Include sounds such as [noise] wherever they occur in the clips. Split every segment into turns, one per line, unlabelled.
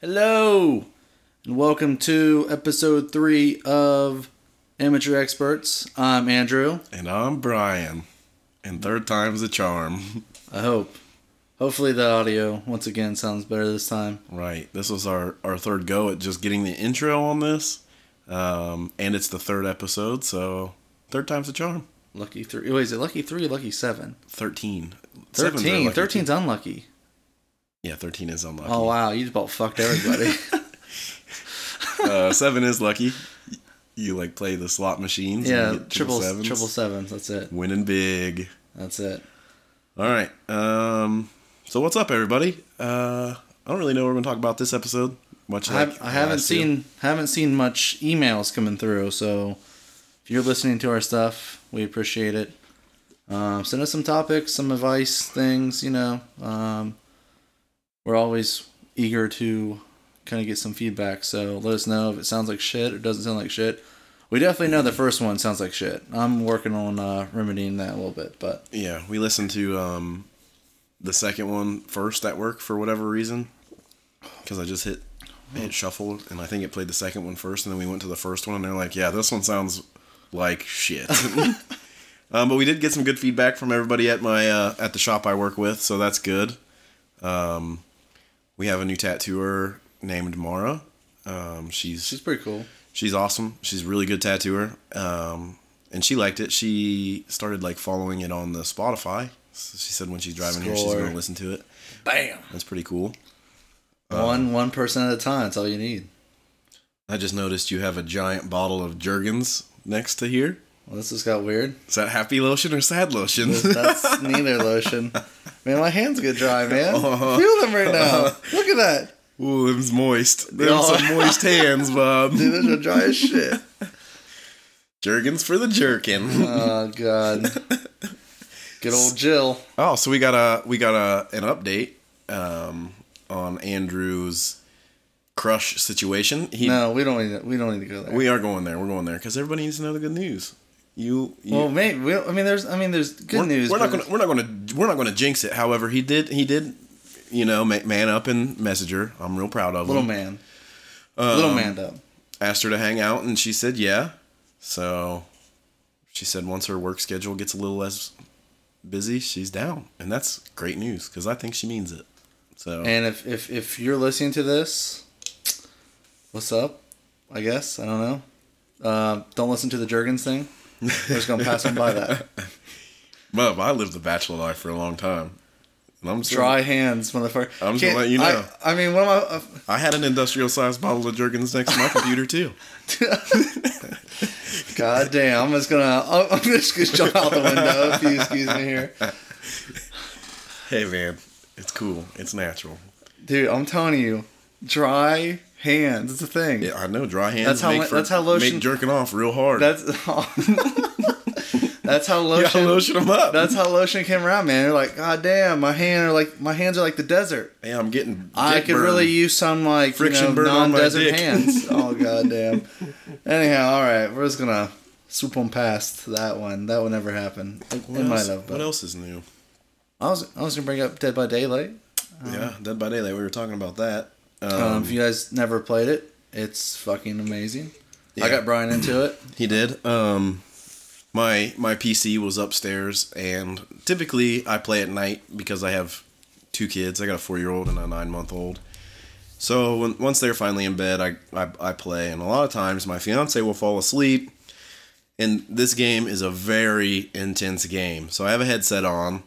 Hello, and welcome to episode three of Amateur Experts. I'm Andrew.
And I'm Brian. And third time's the charm. [laughs]
I hope. Hopefully, the audio once again sounds better this time.
Right. This was our, our third go at just getting the intro on this. Um, and it's the third episode, so third time's the charm.
Lucky three. Wait, is it lucky three? Or lucky seven?
13. Seven's our
13.
lucky
13's
two.
unlucky.
Yeah, 13 is unlucky.
Oh, wow. You just about fucked
[laughs]
everybody.
uh, seven is lucky. You like play the slot machines. and
yeah,
you get
triple,
sevens.
triple sevens. That's it.
Winning big.
That's it.
All right. Um, so what's up, everybody? Uh, I don't really know what we're gonna talk about this episode. Much
I,
like
have, I haven't
last year.
seen haven't seen much emails coming through. So if you're listening to our stuff, we appreciate it. Um, send us some topics, some advice, things. You know, um, we're always eager to kind of get some feedback. So let us know if it sounds like shit or doesn't sound like shit. We definitely know the first one sounds like shit. I'm working on uh, remedying that a little bit, but
Yeah, we listened to um, the second one first at work for whatever reason, because I just hit hit shuffle and I think it played the second one first, and then we went to the first one and they're like, "Yeah, this one sounds like shit." [laughs] um, but we did get some good feedback from everybody at my uh, at the shop I work with, so that's good. Um, we have a new tattooer named Mara. Um, she's
she's pretty cool.
She's awesome. She's a really good tattooer. Um, and she liked it. She started like following it on the Spotify. So she said when she's driving here, she's
Score.
going to listen to it.
Bam.
That's pretty cool.
one one person at a time. That's all you need.
I just noticed you have a giant bottle of Jergens next to here.
Well, this just got weird.
Is that happy lotion or sad lotion?
That's neither lotion. Man, my hands get dry,
[laughs]
man.
Uh-huh.
Feel them right now. Look at that.
Ooh, them's moist.
No.
Them's some moist hands,
[laughs]
Bob.
Dude, those are dry as shit.
[laughs] Jergens for the jerkin.
Oh god. Good old Jill.
Oh, so we got a we got a an update um, on Andrew's crush situation. He
No, we don't need to, we don't need to go there.
We are going there. We're going there because everybody needs to know the good news. You, you
well, maybe we, I mean there's I mean there's good
we're,
news.
We're not
but
going. to We're not going to. We're not going to jinx it. However, he did. He did. You know, ma- man up and message her. I'm real proud of
little
him.
man.
Um,
little man
uh-huh.
up.
Asked her to hang out, and she said yeah. So, she said once her work schedule gets a little less busy, she's down, and that's great news because I think she means it. So
And if, if if you're listening to this, what's up? I guess. I don't know. Uh, don't listen to the Jurgens thing. We're just gonna pass on by
[laughs]
that.
Bub, I lived the bachelor life for a long time. And I'm still-
Dry hands, motherfucker.
I'm
Can't-
just gonna let you
I-
know.
I, mean, one of my uh,
I had an industrial sized bottle of Jergens next to my computer too.
God damn, I'm just gonna [laughs] I'm I'm just gonna jump out the window if you excuse me here.
Hey man, it's cool. It's natural.
Dude, I'm telling you, dry hands, it's a thing.
Yeah, I know. Dry hands.
That's how
make
lo- that's how lotion-
make jerking off real hard. [laughs]
That's [laughs] That's how
you gotta
lotion
lotion them up.
That's how lotion came around, man. You're like, God damn, my hand are like my hands are like the desert.
yeah, I'm getting.
I
dick
could
burn.
really use some like
Friction
you
burn
know,
on my
non-desert
dick. [laughs]
hands. Oh god damn. Anyhow, all right, we're just gonna swoop on past that one. That will never happen. It,
What
it might
else-
have,
What
but
else is new?
Uh-huh. I was I was gonna bring up Dead by Daylight.
yeah, Dead by Daylight. We were talking about that. Um,
Um, if you guys never played it, it's fucking amazing. I
Yeah.
got Brian into it.
he did. Um, my my PC was upstairs, and typically I play at night because I have two kids. I got a four year old and a nine month old. So when, once they're finally in bed, I, I I play, and a lot of times my fiance will fall asleep. And this game is a very intense game. So I have a headset on,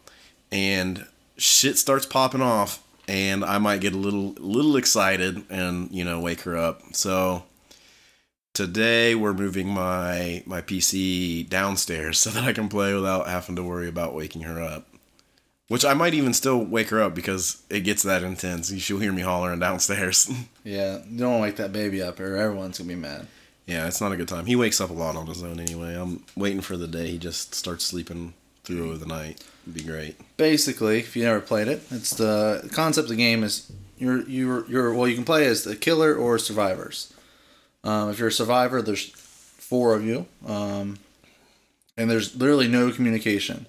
and shit starts popping off, and I might get a little little excited, and you know wake her up. So today we're moving my my PC downstairs [laughs] so that I can play without having to worry about waking her up. Which I might even still wake her up because it gets that intense. She'll hear me hollering downstairs. [laughs]
Yeah, you don't wake that baby up, or everyone's gonna be mad.
yeah, it's not a good time. He wakes up a lot on his own anyway. I'm waiting for the day he just starts sleeping through the night. It'd be great.
Basically, if you never played it, it's the the concept of the game is you're you're you're well, you can play as the killer or survivors. Um, if you're a survivor, there's four of you, um, and there's literally no communication.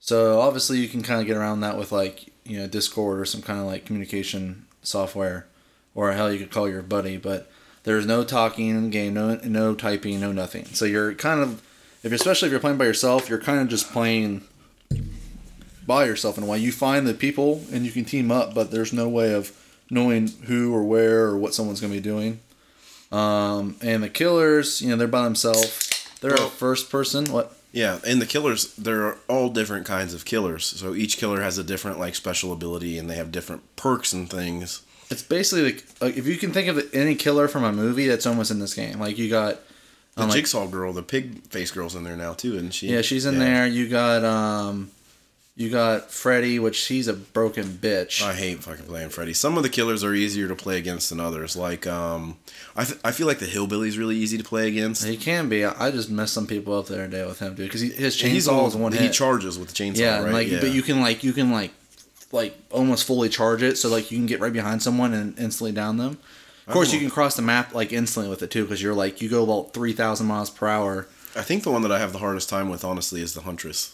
So obviously, you can kind of get around that with like you know Discord or some kind of like communication software. or hell, you could call your buddy. But there's no talking in the game, no no typing, no nothing. So you're kind of, if you're, especially if you're playing by yourself, you're kind of just playing by yourself in a way. You find the people and you can team up, but there's no way of knowing who or where or what someone's going to be doing. Um, and the killers, you know, they're by themselves. They're
Well-
a first person. What?
Yeah, and the killers, there are all different kinds of killers. So each killer has a different like special ability and they have different perks and things.
It's basically like, like if you can think of any killer from a movie, that's almost in this game. Like you got,
The
I'm like-
jigsaw girl, the pig face girl's in there now too, isn't she?
yeah, she's in
Yeah.
there. You got, um, you got Freddy, which he's a broken bitch.
I hate fucking playing Freddy. Some of the killers are easier to play against than others. Like, um, I, th- I feel like the hillbilly's really easy to play against.
He can be. I I just messed some people up the other day with him, dude, because his chainsaw
He's all
is one
he
hit.
charges with the chainsaw,
yeah, and
right?
like,
yeah.
but you can like, you can like, like almost fully charge it, so like you can get right behind someone and instantly down them. Of course, you
don't-
can cross the map like instantly with it too, because you're like you go about three thousand miles per hour.
I think the one that I have the hardest time with, honestly, is the huntress.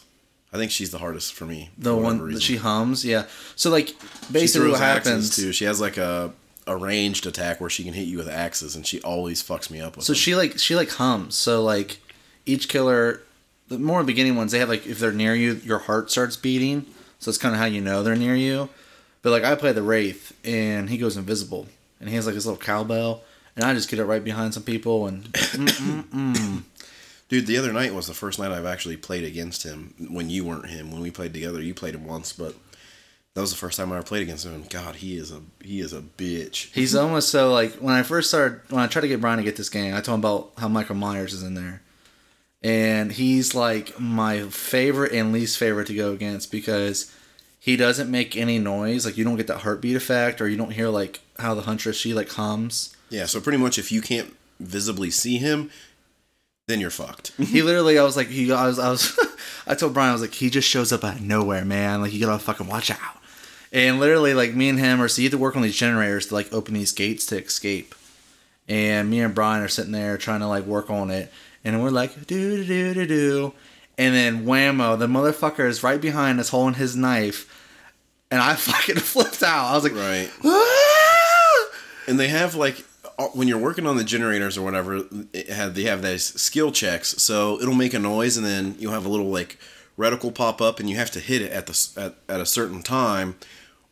I think she's the hardest for me.
The
for
one
whatever
that
reason.
she hums, yeah. So like,
She
basically, what
throws axes,
happens?
too. She has like a a ranged attack where she can hit you with axes, and she always fucks me up with.
So
them.
she like she like hums. So like each killer, the more beginning ones, they have like if they're near you, your heart starts beating. So it's kind of how you know they're near you. But like I play the wraith, and he goes invisible, and he has like his little cowbell, and I just get it right behind some people, and
dude, the other night was the first night I've actually played against him. When you weren't him, when we played together, you played him once, but that was the first time I ever played against him. And God, he is a he is a bitch.
he's almost so like when I first started when I tried to get Brian to get this game, I told him about how Michael Myers is in there. And he's like my favorite and least favorite to go against because he doesn't make any noise. Like you don't get that heartbeat effect or you don't hear like how the huntress she like hums.
Yeah, so pretty much if you can't visibly see him, then you're fucked.
He literally I was like he I was I was [laughs] I told Brian I was like he just shows up out of nowhere, man. Like you gotta fucking watch out. And literally like me and him are so you have to work on these generators to like open these gates to escape. and me and Brian are sitting there trying to like work on it, and we're like do do do do do, and then whammo, the motherfucker is right behind us holding his knife, and I [laughs] fucking flipped out. I was like,
Right.
"Ah!"
and they have like uh, when you're working on the generators or whatever it had, they have those skill checks so it'll make a noise and then you'll have a little like reticle pop up and you have to hit it at the s- at, at a certain time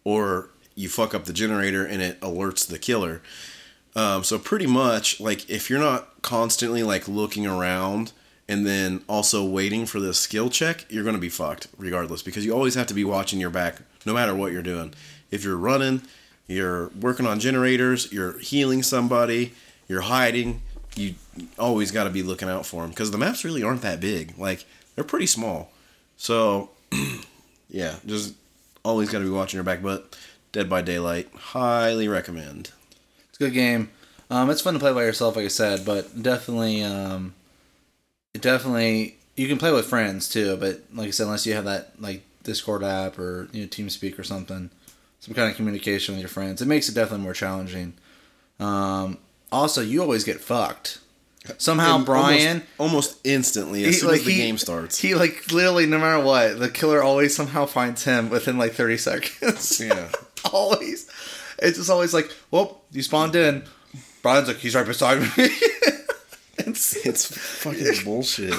or you fuck up the generator and it alerts the killer um, so pretty much like if you're not constantly like looking around and then also waiting for the skill check you're going to be fucked regardless because you always have to be watching your back no matter what you're doing if you're running you're working on generators you're healing somebody you're hiding you always got to be looking out for them because the maps really aren't that big like they're pretty small so [clears throat] yeah just always got to be watching your back but dead by daylight highly recommend
It's a good game. Um, it's fun to play by yourself, like I said, but definitely, um, it definitely you can play with friends too. But like I said, unless you have that like Discord app or you know TeamSpeak or something, some kind of communication with your friends, it makes it definitely more challenging. Um, also, you always get fucked. Somehow,
And
Brian.
almost, almost instantly as
he,
soon
like,
as the
he-
game starts.
He like literally, no matter what, the killer always somehow finds him within like thirty seconds.
[laughs] yeah,
[laughs] always. It's just always like, well, you spawned in. Brian's like, he's right beside me. [laughs] It's-
it's [laughs] fucking bullshit.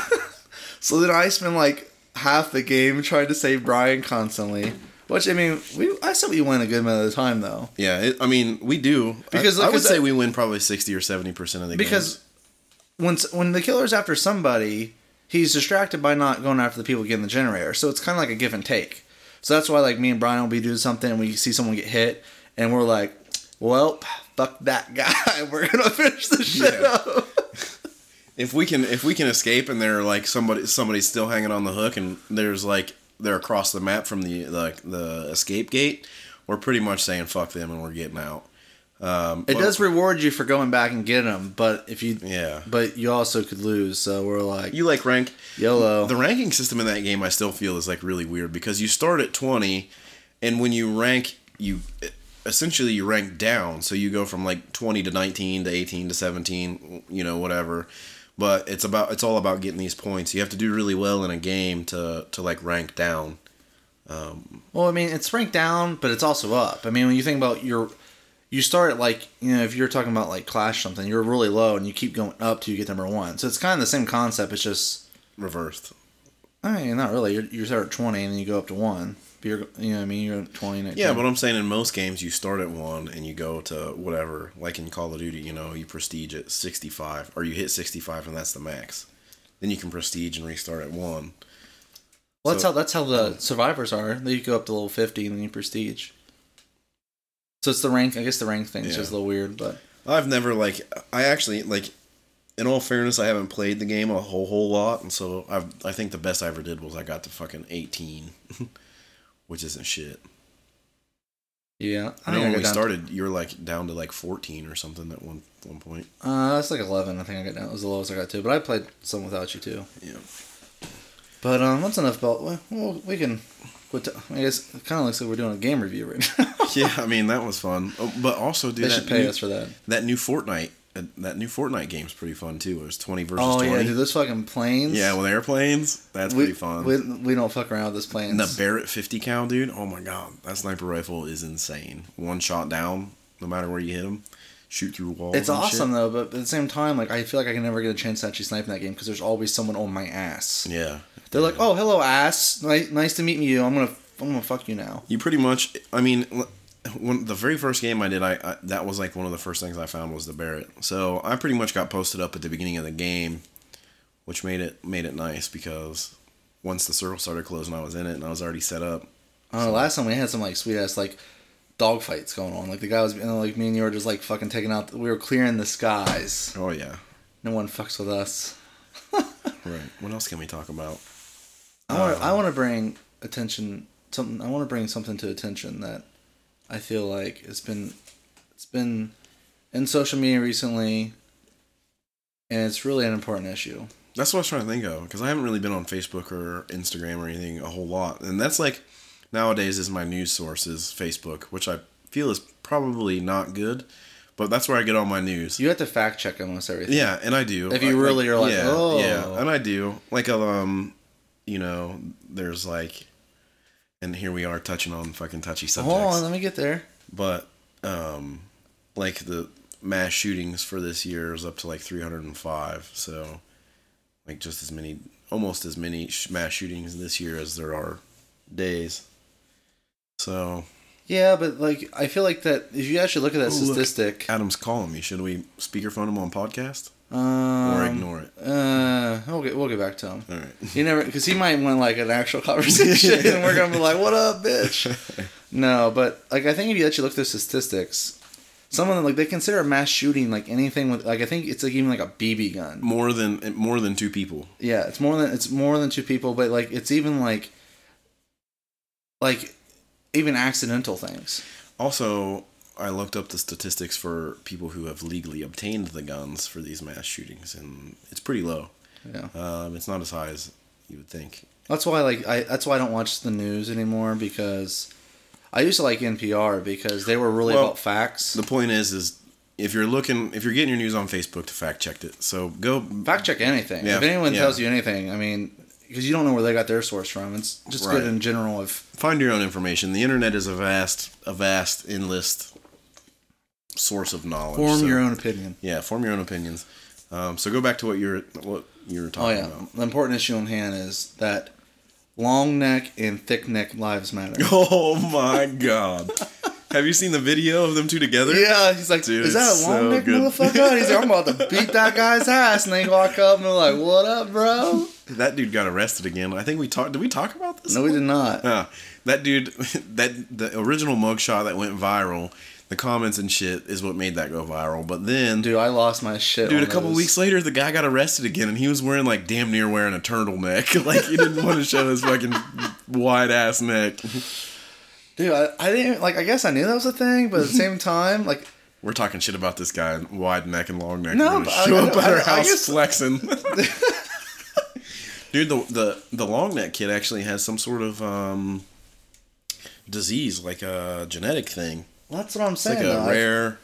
so then I spend like half the game trying to save Brian constantly. Which I mean, we I said we win a good amount of the time though.
Yeah, it, I mean we do
Because,
I, I
like,
would
'cause
say
I-
we win probably sixty or seventy percent of the
Because
games.
once when the killer's after somebody, he's distracted by not going after the people getting the generator. So it's kind of like a give and take. So that's why like me and Brian will be doing something and we see someone get hit and we're like, well, fuck that [laughs] guy. We're gonna finish this shit
Yeah.
up.
if we can if we can escape and they're like somebody somebody's still hanging on the hook and there's like they're across the map from the like the escape gate, we're pretty much saying fuck them and we're getting out. Um,
It
well,
does reward you for going back and getting them, but if you
Yeah.
but you also could lose. So we're like
You like rank
YOLO.
The ranking system in that game I still feel is like really weird because you start at 20 and when you rank you essentially you rank down so you go from like 20 to 19 to 18 to 17 you know whatever but it's about it's all about getting these points you have to do really well in a game to to like rank down
well, I mean, it's ranked down, but it's also up. I mean, when you think about your you start at like you know if you're talking about like Clash something, you're really low and you keep going up till you get number one. So it's kind of the same concept. It's just
reversed.
I mean not really. You're, you start at twenty and then you go up to one. But you're you know what I mean you're at twenty. and at
Yeah,
10.
but I'm saying in most games you start at one and you go to whatever. Like in Call of Duty, you know, you prestige at 65 or you hit 65 and that's the max. Then you can prestige and restart at one.
well, that's
so-
how that's how
Oh.
the survivors are. They go up to level fifty and then you prestige. So it's the rank. I guess the rank thing is
Yeah.
just a little weird, but
I've never like I actually like. In all fairness, I haven't played the game a whole whole lot, and so I've I think the best I ever did was I got to fucking 18, [laughs] which isn't shit.
yeah.
I know
think
when
got
we
down to-
started, you were like down to like 14 or something at one
[laughs]
one point.
Uh, that's like eleven. I think I got down. It was the lowest I got to. But I played some without you too.
Yeah.
But um, that's enough about. Well, well, we can quit. ta- I guess it kind of looks like we're doing a game review right now.
yeah, I mean that was fun, Oh, but also dude,
[laughs] they
that
should pay
new,
us for that.
that new Fortnite uh, that new Fortnite game's pretty fun too. It was 20 versus
Oh
20.
yeah, dude, those fucking planes.
yeah, with airplanes, that's
we,
pretty fun.
We, we don't fuck around with those planes.
And the Barrett 50 cal, dude. Oh my god, that sniper rifle is insane. One shot down, no matter where you hit him, shoot through walls.
it's
and
awesome though, but at the same time, like I feel like I can never get a chance to actually snipe in that game because there's always someone on my ass.
Shit. Yeah,
They're like, "Oh, hello, ass. Nice, nice to meet you. I'm gonna, I'm gonna fuck you now."
you pretty much. I mean, l- when the very first game I did, I, I that was like one of the first things I found was the Barrett. So I pretty much got posted up at the beginning of the game, which made it made it nice because once the circle started closing, I was in it and I was already set up.
Uh, last time we had some like sweet ass like dog fights going on. Like the guy was you know, like me and you were just like fucking taking out. We were clearing the skies.
Oh yeah,
No one fucks with us.
right. What else can we talk about?
I want to I want to bring attention something. I want to bring something to attention that I feel like it's been it's been in social media recently, and it's really an important issue.
That's what I was trying to think of because I haven't really been on Facebook or Instagram or anything a whole lot, and that's like nowadays is my news source is Facebook, which I feel is probably not good, but that's where I get all my news.
You have to fact check almost everything.
Yeah, and I do.
If you really are like,
yeah,
"Oh."
yeah, and I do. Like, um, you know, there's like, and here we are touching on fucking touchy subjects
Hold on, let me get there.
but um like the mass shootings for this year is up to like 305 so like just as many almost as many sh- mass shootings this year as there are days so
Yeah, but like I feel like that if you actually look at that
Oh, look.
statistic,
adam's calling me should we speakerphone him on podcast
um,
or ignore it
Uh, we'll get we'll get back to him.
all right [laughs]
You never, because he might want like an actual [laughs] conversation, and we're gonna be like, "What up, bitch?" No, but like I think if you actually look at the statistics, some of them like they consider a mass shooting like anything with like I think it's like even like a BB gun.
more than more than two people
Yeah, it's more than it's more than two people, but like it's even like like even accidental things.
also i looked up the statistics for people who have legally obtained the guns for these mass shootings and it's pretty low
Yeah,
um, it's not as high as you would think
that's why like I that's why I don't watch the news anymore because I used to like NPR because they were really
Well,
about facts.
The point is, is if you're looking, if you're getting your news on Facebook, to fact check it. So go.
fact check anything.
Yeah,
if anyone
yeah.
tells you anything, I mean, because you don't know where they got their source from. It's just
Right.
good in general. If
Find your own information. The internet is a vast, a vast, endless source of knowledge.
form
So-
your own opinion.
Yeah, form your own opinions. Um, so go back to what you're what you were
Oh
talking
yeah,
about. [laughs]
the important issue on hand is that long neck and thick neck lives matter.
[laughs] Oh my god! Have you seen the video of them two together?
yeah, he's like,
Dude,
is that
it's
a long
so
neck
good."
motherfucker? He's like, I'm about
[laughs]
to beat that guy's ass, and they walk up and they're like, what up, bro?
That dude got arrested again. I think we talked. Did we talk about this?
No, we did not.
Yeah, that dude, [laughs] that the original mugshot that went viral, the comments and shit is what made that go viral. But then, dude,
Dude, I lost my shit. on
a couple
those.
weeks later, the guy got arrested again, and he was wearing like damn near wearing a turtleneck. [laughs] like he didn't want to show his fucking wide ass neck.
Dude, I, I didn't like. I guess I knew that was a thing, but at the
[laughs]
same time, like,
We're talking shit about this guy, wide neck and long neck.
No,
We're gonna
but I-
show
I-
up at
I-
our
I
house
guess- [laughs]
flexing. Dude, the, the the long neck kid actually has some sort of um, disease, like a genetic thing.
that's what I'm
It's
saying.
like
though.
a
I-
rare,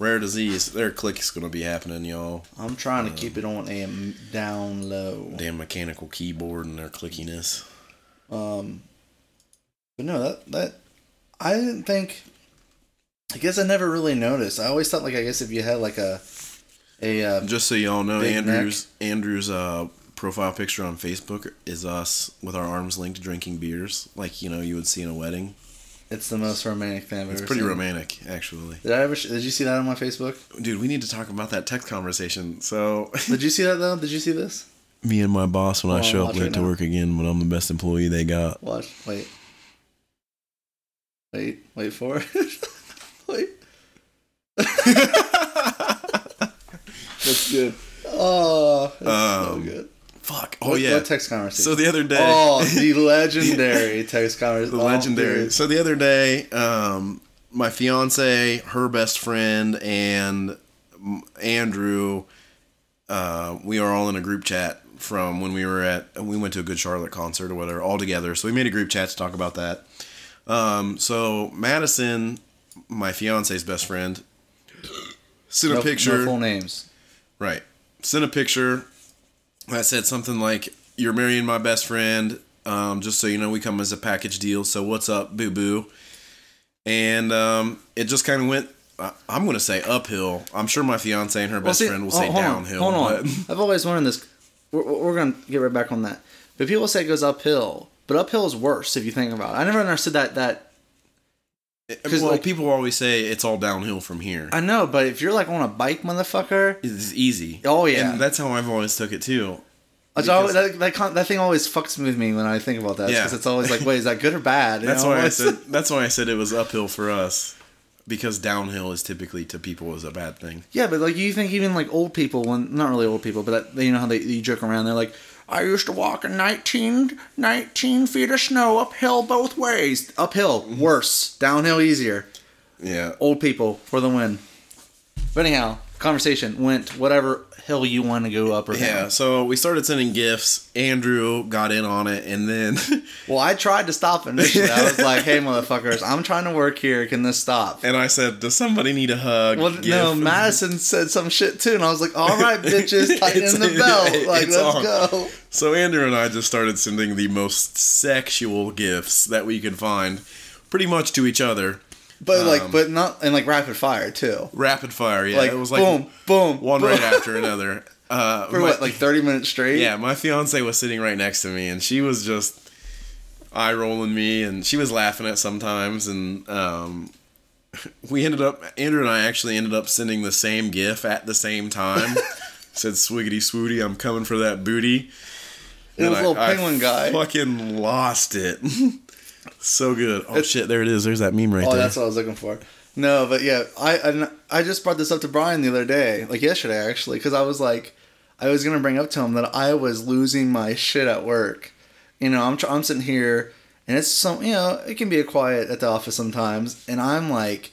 rare disease. Their click's gonna be happening, y'all.
I'm trying to keep it on a m- down low.
Damn mechanical keyboard and their clickiness.
Um, but no, that that I didn't think I guess I never really noticed. I always thought like I guess if you had like a a uh,
Just so y'all know,
Big
Andrew's Andrew's uh, profile picture on Facebook is us with our arms linked drinking beers, like you know you would see in a wedding.
it's the most romantic thing I've
It's
ever
pretty
seen.
romantic, actually.
Did I ever? Did you see that on my Facebook?
Dude, we need to talk about that text conversation. So, [laughs]
Did you see that though? Did you see this?
me and my boss when I
Oh,
show up
watch
late
it
to
now.
work again, but I'm the best employee they got.
Watch. Wait. Wait. Wait for it. [laughs] wait. [laughs]
That's good.
Oh, that's so
Um,
good.
Fuck. Oh
What-
yeah.
What text conversation?
so the other day, [laughs]
Oh, the legendary text conversation.
the legendary. So the other day, um, my fiance, her best friend, and m- Andrew, uh, we are all in a group chat from when we were at we went to a Good Charlotte concert or whatever, all together. So we made a group chat to talk about that. Um, so Madison, my fiance's best friend, sent a
no,
picture.
No full names.
Right. Sent a picture that said something like, You're marrying my best friend. Um, just so you know, we come as a package deal. So what's up, boo boo? And um, it just kind of went, I- I'm going to say uphill. I'm sure my fiance and her best
see-
friend will
oh,
say
hold on,
downhill.
hold on.
but-
I've always learned this. We're, we're going to get right back on that. But people say it goes uphill, but uphill is worse if you think about it. I never understood that. That [laughs]
well,
like-
people always say it's all downhill from here.
I know, but if you're like on a bike, motherfucker,
it's easy.
Oh, yeah.
And that's how I've always took it too.
it's always, that, that, con- that thing always fucks with me when I think about that.
Yeah.
Because it's always like, wait, is that good or bad? You
[laughs] That's
know,
why
[laughs]
I
always-
said that's why I said it was uphill for us because downhill is typically to people is a bad thing.
Yeah, but like you think even like old people, when not really old people, but that, you know how they you joke around. They're like, I used to walk in 19, 19 feet of snow uphill both ways. Uphill worse, downhill easier.
Yeah.
Old people for the win. But anyhow, conversation went whatever hill you want to go up or
Yeah,
down.
so we started sending gifts. Andrew got in on it, and then [laughs]
Well, I tried to stop initially. I was like, hey, motherfuckers, I'm trying to work here. Can this stop?
and I said, "Does somebody need a hug?"
Well,
Gift.
no, Madison said some shit too, and I was like, all [laughs] right, bitches,
It's-
tighten the belt. Like,
it's
let's
on.
go.
So Andrew and I just started sending the most sexual gifts that we could find, pretty much to each other,
But
Um,
like, but not and like rapid fire too.
rapid fire. Yeah,
Like
it was like
boom, boom,
one
boom. [laughs]
right after another. Uh,
for
my-
what like thirty minutes straight.
Yeah, my fiance was sitting right next to me, and she was just eye rolling me, and she was laughing at sometimes. And um, [laughs] we ended up, Andrew and I actually ended up sending the same GIF at the same
[laughs]
time. Said swiggity swooty, I'm coming for that booty.
it was
And
a
I-
little
I
penguin guy.
Fucking lost it. [laughs] so good. Oh shit, there it is. There's that meme right
Oh,
there.
that's what I was looking for. No, but yeah, I, I I just brought this up to Brian the other day, like yesterday actually, because I was like, I was gonna bring up to him that I was losing my shit at work. You know, I'm tr- I'm sitting here, and it's some you know it can be a quiet at the office sometimes, and I'm like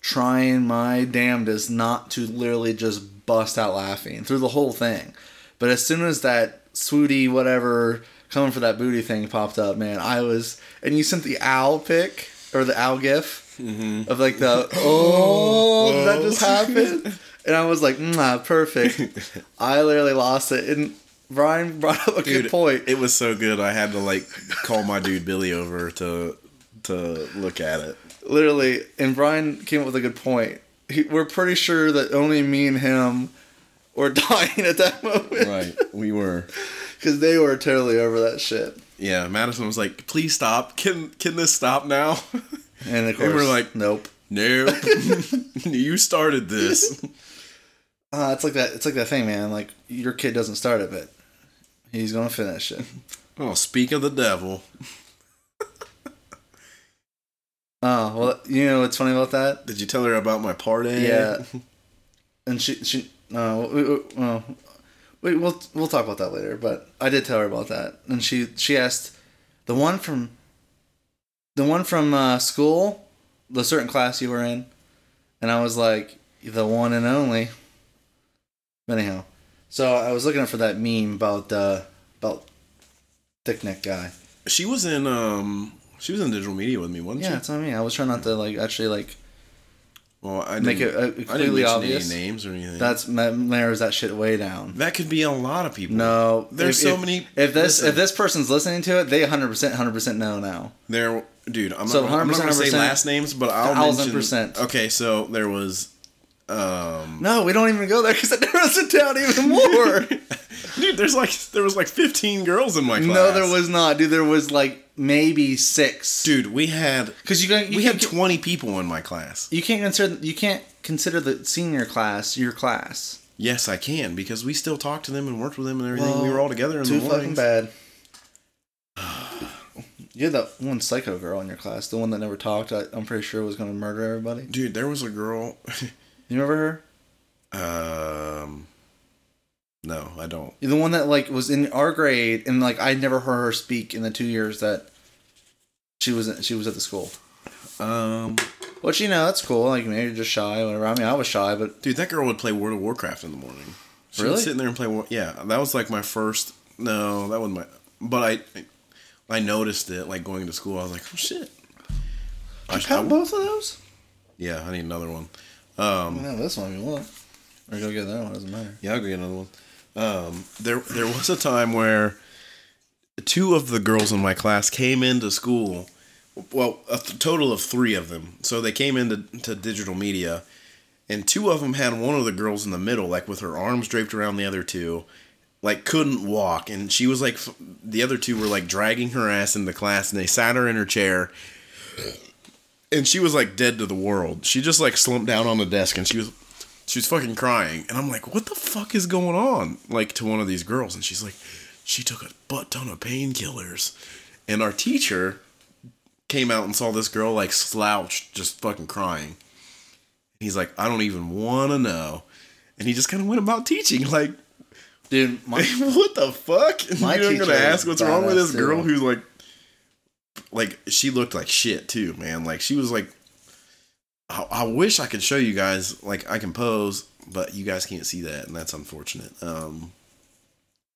trying my damnedest not to literally just bust out laughing through the whole thing. But as soon as that swooty whatever coming for that booty thing popped up, man, I was and you sent the owl pic or the owl gif of like the oh did that just happened, and I was like, mm, perfect. I literally lost it, and Brian brought up a good
Dude,
point.
It was so good. I had to like call my dude Billy over to to look
[laughs]
at it.
literally, and Brian came up with a good point. He, we're pretty sure that only me and him were [laughs] dying at that moment
Right, we were.
because they were totally over that shit.
Yeah, Madison was like, "Please stop. Can can this stop now?" [laughs]
And of
They
course,
were like-
nope.
no. [laughs] you
[laughs]
started this.
Uh, it's like that. It's like that thing, man. Like your kid doesn't start it, but he's gonna finish it. [laughs]
Oh, speak of the devil.
Oh well, you know what's funny about that?
Did you tell her about my party?
Yeah. [laughs] And she she no we, we, well, we we'll we'll talk about that later. But I did tell her about that, and she she asked the one from the one from uh, school, the certain class you were in, and I was like the one and only. But anyhow, so I was looking up for that meme about uh, about thick neck guy.
She was in um she was in digital media with me, wasn't
Yeah, it's on me. I was trying not to like actually like
Well, I didn't,
Make it, uh,
I didn't
completely
mention
obvious.
any names or anything.
That's that narrows that shit way down.
that could be a lot of people.
No,
There's
if-
so
if-
many-
If this
listen.
if this person's listening to it, they 100 percent 100 percent know now.
There, dude. I'm
So
not. gonna- I'm not gonna say
100%,
last names, but I'll
thousand
mention.
percent.
Okay, so there was, um,
No, we don't even go there because it narrows it [laughs] down even [laughs] more.
dude. There's like there was like 15 girls in my class.
no, there was not, dude. There was like maybe six.
Dude, we had
Because you can, you
we
can,
had 20 people in my class.
you can't consider you can't consider the senior class your class.
Yes, I can because we still talked to them and worked with them and everything. we
Well,
were all together in the
Too fucking
mornings.
bad. [sighs] You had that one psycho girl in your class, the one that never talked. I, I'm pretty sure was going to murder everybody.
Dude, there was a girl. [laughs]
You remember her?
um, no, I don't.
The one that like was in our grade, and like I never heard her speak in the two years that she was she was at the school.
Um,
Which you know that's cool. Like maybe you're just shy, whatever. I mean, I was shy, but
Dude, that girl would play World of Warcraft in the morning. She would
Really?
sit in there and play. War- Yeah, that was like my first. No, that wasn't my. But I, I noticed it like going to school. I was like, oh shit. I
I
sh-
count both of those.
yeah, I need another one. Um,
No, this one if you want, or go get that one. Doesn't matter.
yeah, I'll get another one. Um, there, there was a time where two of the girls in my class came into school. Well, a th- total of three of them. So they came into to digital media, and two of them had one of the girls in the middle, like with her arms draped around the other two, like couldn't walk, and she was like, f- the other two were like dragging her ass into class, and they sat her in her chair. And she was like dead to the world. She just like slumped down on the desk, and she was she was fucking crying and i'm like what the fuck is going on like to one of these girls and she's like she took a butt ton of painkillers and our teacher came out and saw this girl like slouched just fucking crying he's like i don't even want to know and he just kind of went about teaching [laughs] like
Dude, my
[laughs] what the fuck
My
you're
teacher
gonna ask
was
what's wrong with this
badass,
girl
too.
who's like like she looked like shit too man like she was like I, I wish i could show you guys like i can pose but you guys can't see that and that's unfortunate um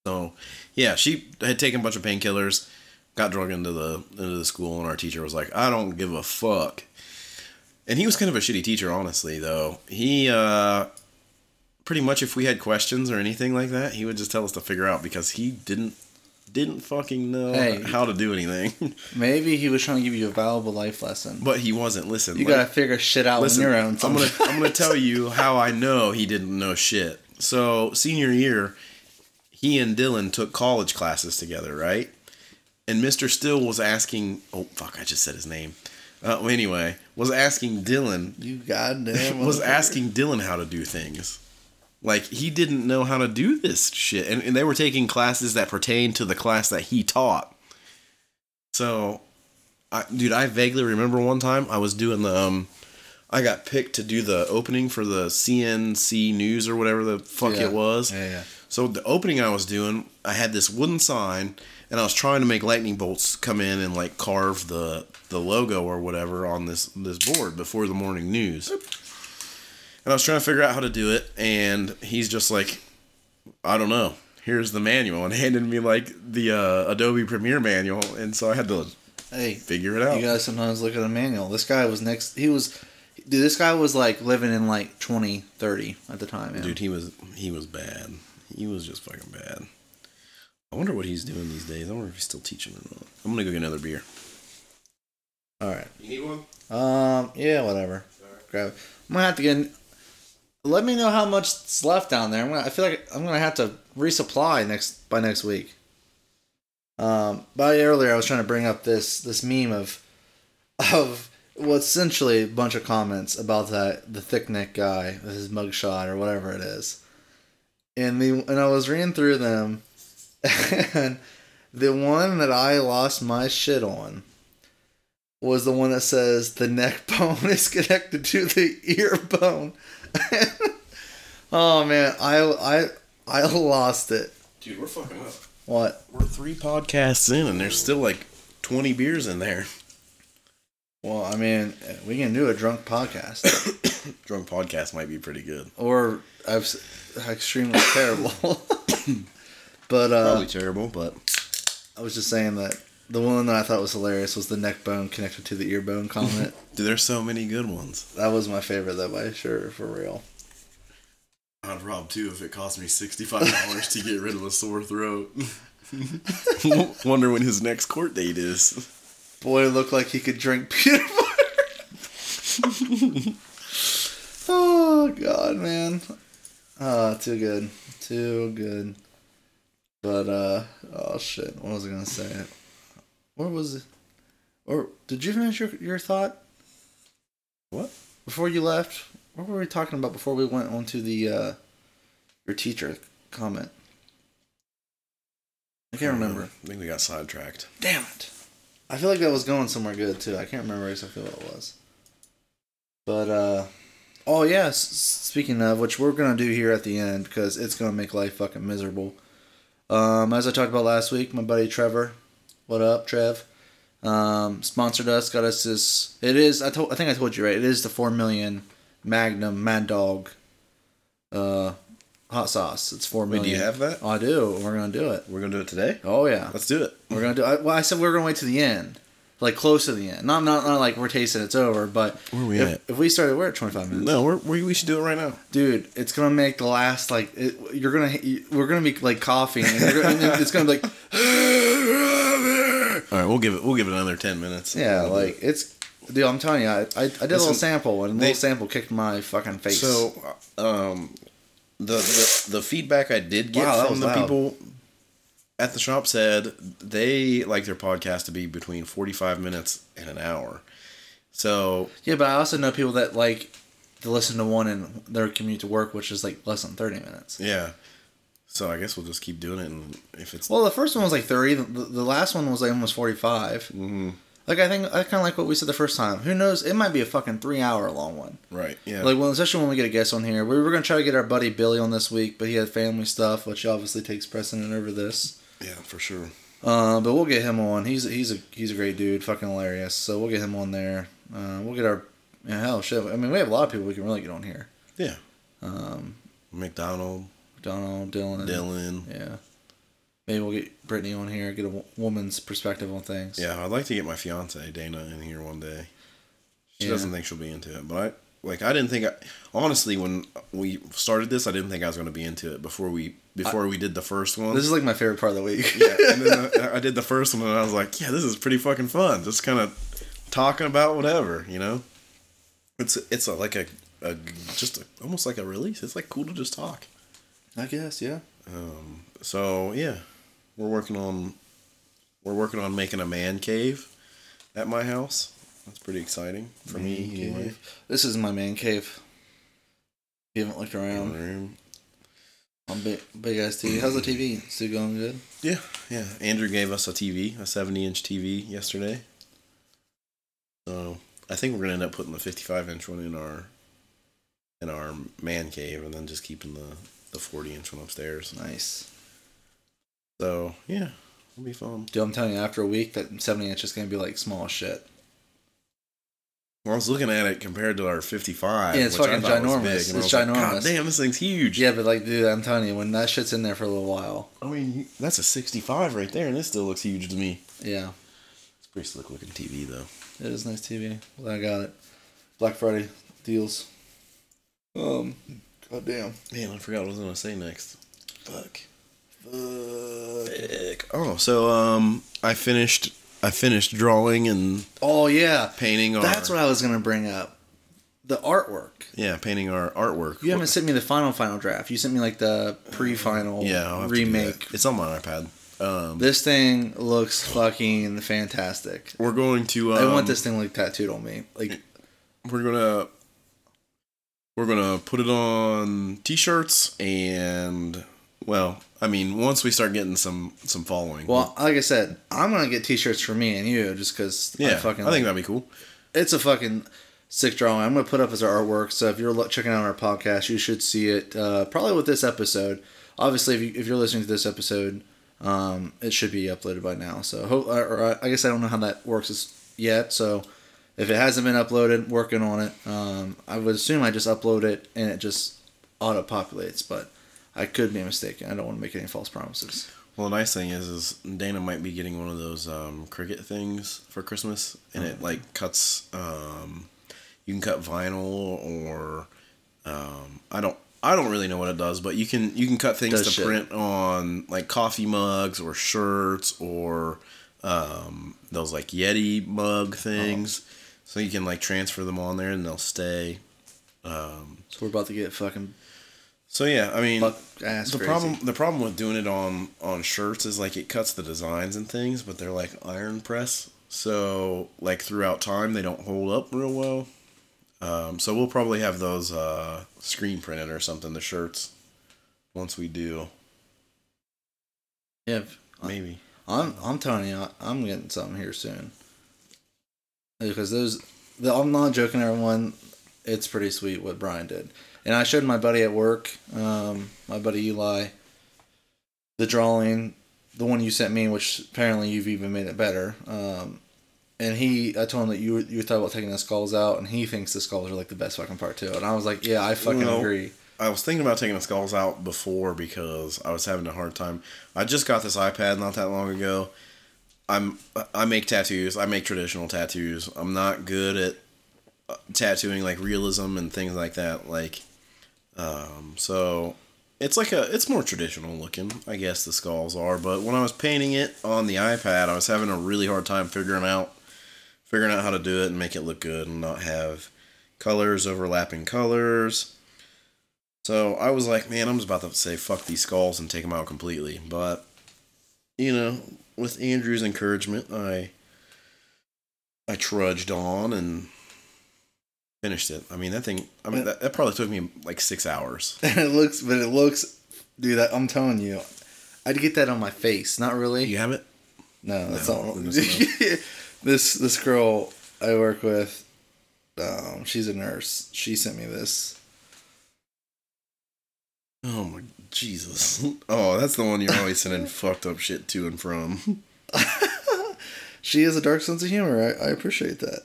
so yeah she had taken a bunch of painkillers got drug into the into the school and our teacher was like i don't give a fuck and he was kind of a shitty teacher honestly though he uh pretty much if we had questions or anything like that, he would just tell us to figure out because he didn't didn't fucking know
Hey.
how to do anything.
[laughs]
[laughs]
maybe he was trying to give you a valuable life lesson.
but he wasn't. Listen,
You
like-
gotta figure shit out
listen.
on your own.
I'm gonna I'm gonna tell you how I know he didn't know shit. So senior year, he and Dylan took college classes together, right? And Mr. Still was asking. Oh fuck! I just said his name. Uh, well, anyway, was asking Dylan
[laughs] You goddamn
[laughs] was
motherfucker.
asking Dylan how to do things. Like he didn't know how to do this shit, and, and they were taking classes that pertain to the class that he taught. So, I, dude, I vaguely remember one time I was doing the, um, I got picked to do the opening for the CNC News or whatever the fuck
Yeah.
it was.
Yeah, yeah.
So the opening I was doing, I had this wooden sign, and I was trying to make lightning bolts come in and like carve the the logo or whatever on this this board before the morning news. And I was trying to figure out how to do it, and he's just like, I don't know. Here's the manual, and [laughs] handed me like the uh, Adobe Premiere manual, and so I had to
Hey,
figure it out.
you gotta sometimes look at a manual. This guy was next. He was, dude. This guy was like living in like 20, 30 at the time. Man.
Dude, he was he was bad. He was just fucking bad. I wonder what he's doing these days. I wonder if he's still teaching or not. I'm gonna go get another beer.
All right.
You need one?
Um. Yeah. Whatever. Grab. it. I'm gonna have to get. In, let me know how much's left down there. I'm gonna, I feel like I'm gonna have to resupply next by next week. Um. By earlier, I was trying to bring up this this meme of, [laughs] of well, essentially a bunch of comments about that the thick neck guy with his mugshot or whatever it is, and the and I was reading through them, [laughs] and the one that I lost my shit on was the one that says the neck [laughs] bone is connected to the ear bone. [laughs] oh man, I I I lost it.
Dude, we're fucking up.
What?
We're three podcasts in, and there's still like 20 beers in there.
Well, I mean, we can do a drunk podcast, [coughs]
Drunk podcast might be pretty good.
or abs- extremely [coughs] terrible. but uh,
Probably terrible, but
I was just saying that The one that I thought was hilarious was the neck bone connected to the ear bone comment.
Dude, there's so many good ones.
that was my favorite though, by sure, for real.
I'd rob too if it cost me sixty-five dollars to get rid of a sore [laughs] throat. Wonder when his next court date is.
Boy, it looked like he could drink [laughs] peanut butter. oh God, man. Ah, too good, too good. But uh, oh shit, what was I gonna say? What was it? Or did you finish your your thought
What?
before you left? What were we talking about before we went on to the uh, your teacher comment? I
Hmm.
can't remember.
I think we got sidetracked.
Damn it. I feel like that was going somewhere good too. I can't remember exactly what it was. But uh oh yeah, s- speaking of which we're going to do here at the end because it's going to make life fucking miserable. Um as I talked about last week, my buddy Trevor, what up, Trev? Um sponsored us, got us this it is I told I think I told you right. It is the 4 million Magnum Mad Dog uh hot sauce. It's 4
Wait,
million.
do you have that?
Oh, I do. We're going to do it.
We're gonna do it today.
Oh yeah.
Let's do it.
We're gonna do. I, well, I said we are gonna wait to the end, like close to the end. Not not not like we're tasting it's over, but
Where are we
if,
at?
If we started, we're at twenty five minutes.
No, we're, we we should do it right [gasps] now.
Dude, it's gonna make the last like it, you're gonna you- we're gonna be like coughing, and, you're gonna, and then it's gonna be like
All right, we'll give it. We'll give it another ten minutes.
yeah, like it's. Dude, I'm telling you, I, I, I did a little
Listen,
sample, and a
they-
little sample kicked my fucking face.
So, um, the, the the feedback I did get
Wow, that was
from the
loud.
people at the shop said they like their podcast to be between forty five minutes and an hour. So
yeah, but I also know people that like to listen to one in their commute to work, which is like less than thirty minutes.
yeah, so I guess we'll just keep doing it, and if it's
Well, the first one was like 30. The, the last one was like almost 45. Mm-hmm. Like, I think, I kind of like what we said the first time. Who knows? It might be a fucking three hour long one.
right, yeah,
Like, well, especially when we get a guest on here. We were going to try to get our buddy Billy on this week, but he had family stuff, which obviously takes precedent over this.
yeah, for sure.
Uh, but we'll get him on. He's he's a he's a great dude, fucking hilarious. So we'll get him on there. Uh, we'll get our yeah, hell shit. I mean, we have a lot of people we can really get on here.
Yeah,
Um,
McDonald,
Donald, Dylan,
Dylan.
yeah. Maybe we'll get Brittany on here, get a wo- woman's perspective on things.
Yeah, I'd like to get my fiance Dana in here one day. She
Yeah.
doesn't think she'll be into it, but I like I didn't think I honestly when we started this I didn't think I was going to be into it before we before we did the first one.
This is like my favorite part of the week.
yeah, [laughs] and then I, I did the first one and I was like, yeah, this is pretty fucking fun. Just kind of talking about whatever, you know. It's it's a, like a, a just a, almost like a release. It's like cool to just talk.
[laughs] I guess, yeah.
Um, so yeah, we're working on we're working on making a man cave at my house. That's pretty exciting for me. Anyway.
This is my man cave. If you haven't looked
In
around,
the room.
I'm big, big ass TV. How's the TV? Still going good?
Yeah, yeah. Andrew gave us a TV, a seventy-inch TV yesterday. So I think we're gonna end up putting the fifty-five inch one in our in our man cave, and then just keeping the the forty-inch one upstairs.
Nice.
So yeah, it'll be fun.
Dude, I'm telling you, after a week, that 70 inch is going to be like small as shit.
Well, I was looking at it compared to our fifty-five.
Yeah, it's
which I
fucking
thought was
ginormous.
big, and I
It's
was like,
ginormous.
God damn, this thing's huge.
Yeah, but like, dude, I'm telling you, when that shit's in there for a little while,
I mean, that's a 65 right there, and this still looks huge to me.
yeah,
It's a pretty slick looking TV, though.
it is nice TV. Well, I got it. Black Friday deals. Um, goddamn.
Man, I forgot what I was going to say next. Fuck.
Fuck.
Fuck. Oh, so um, I finished. I finished drawing and
Oh, yeah.
painting our.
That's what I was going to bring up. The artwork.
yeah, painting our artwork.
You haven't sent me the final final draft. You sent me like the pre-final
yeah, I'll have to do
remake.
that. It's on my iPad. Um,
This thing looks fucking fantastic.
we're going to. Um,
I want this thing like tattooed on me. Like
We're gonna. We're gonna put it on T-shirts and well, I mean, once we start getting some some following.
well, like I said, I'm going to get t-shirts for me and you just cuz
yeah,
I fucking
I think that'd be cool.
it's a fucking sick drawing. I'm going to put up as our artwork. So if you're lo- checking out our podcast, you should see it uh, probably with this episode. Obviously, if, you, if you're listening to this episode, um, it should be uploaded by now. So ho- or, or I guess I don't know how that works as- yet. So if it hasn't been uploaded, working on it. Um, I would assume I just upload it and it just auto populates, but I could be mistaken. I don't want to make any false promises.
Well, the nice thing is, is Dana might be getting one of those um, cricket things for Christmas, and it
Mm-hmm.
like cuts. Um, you can cut vinyl, or um, I don't. I don't really know what it does, but you can you can cut things
Does
to
shit.
print on like coffee mugs or shirts or um, those like Yeti
Oh.
mug things. So you can like transfer them on there and they'll stay.
So we're about to get fucking
So yeah, I mean,
buck ass
the
crazy.
problem the problem with doing it on on shirts is like it cuts the designs and things, but they're like iron press, so like throughout time they don't hold up real well. Um, so we'll probably have those uh, screen printed or something the shirts once we do
Yeah,
maybe.
I'm I'm telling you, I- I'm getting something here soon. Because those, the, I'm not joking, everyone. It's pretty sweet what Brian did, and I showed my buddy at work, um, my buddy Eli, the drawing, the one you sent me, which apparently you've even made it better. Um, and he, I told him that you were, you thought about taking the skulls out, and he thinks the skulls are like the best fucking part too. And I was like, yeah, I fucking
Well,
agree. [laughs]
I was thinking about taking the skulls out before because I was having a hard time. I just got this iPad not that long ago. I'm I make tattoos. I make traditional tattoos. I'm not good at uh, tattooing like realism and things like that. Like, um, so it's like a it's more traditional looking. I guess the skulls are. But when I was painting it on the iPad, I was having a really hard time figuring out figuring out how to do it and make it look good and not have colors overlapping colors. So I was like, man, I'm just about to say fuck these skulls and take them out completely. But you know, with Andrew's encouragement, I I trudged on and finished it. I mean, that thing. I mean, that, that probably took me like six hours.
it looks, but it looks, dude. I, I'm telling you, I'd get that on my face. Not really.
You have it?
No, that's
No,
not.
that's
[laughs] this this girl I work with, um, she's a nurse. She sent me this.
Oh my Jesus! [laughs] Oh, that's the one you're always sending fucked up shit to and from. [laughs]
She has a dark sense of humor. I, I appreciate that.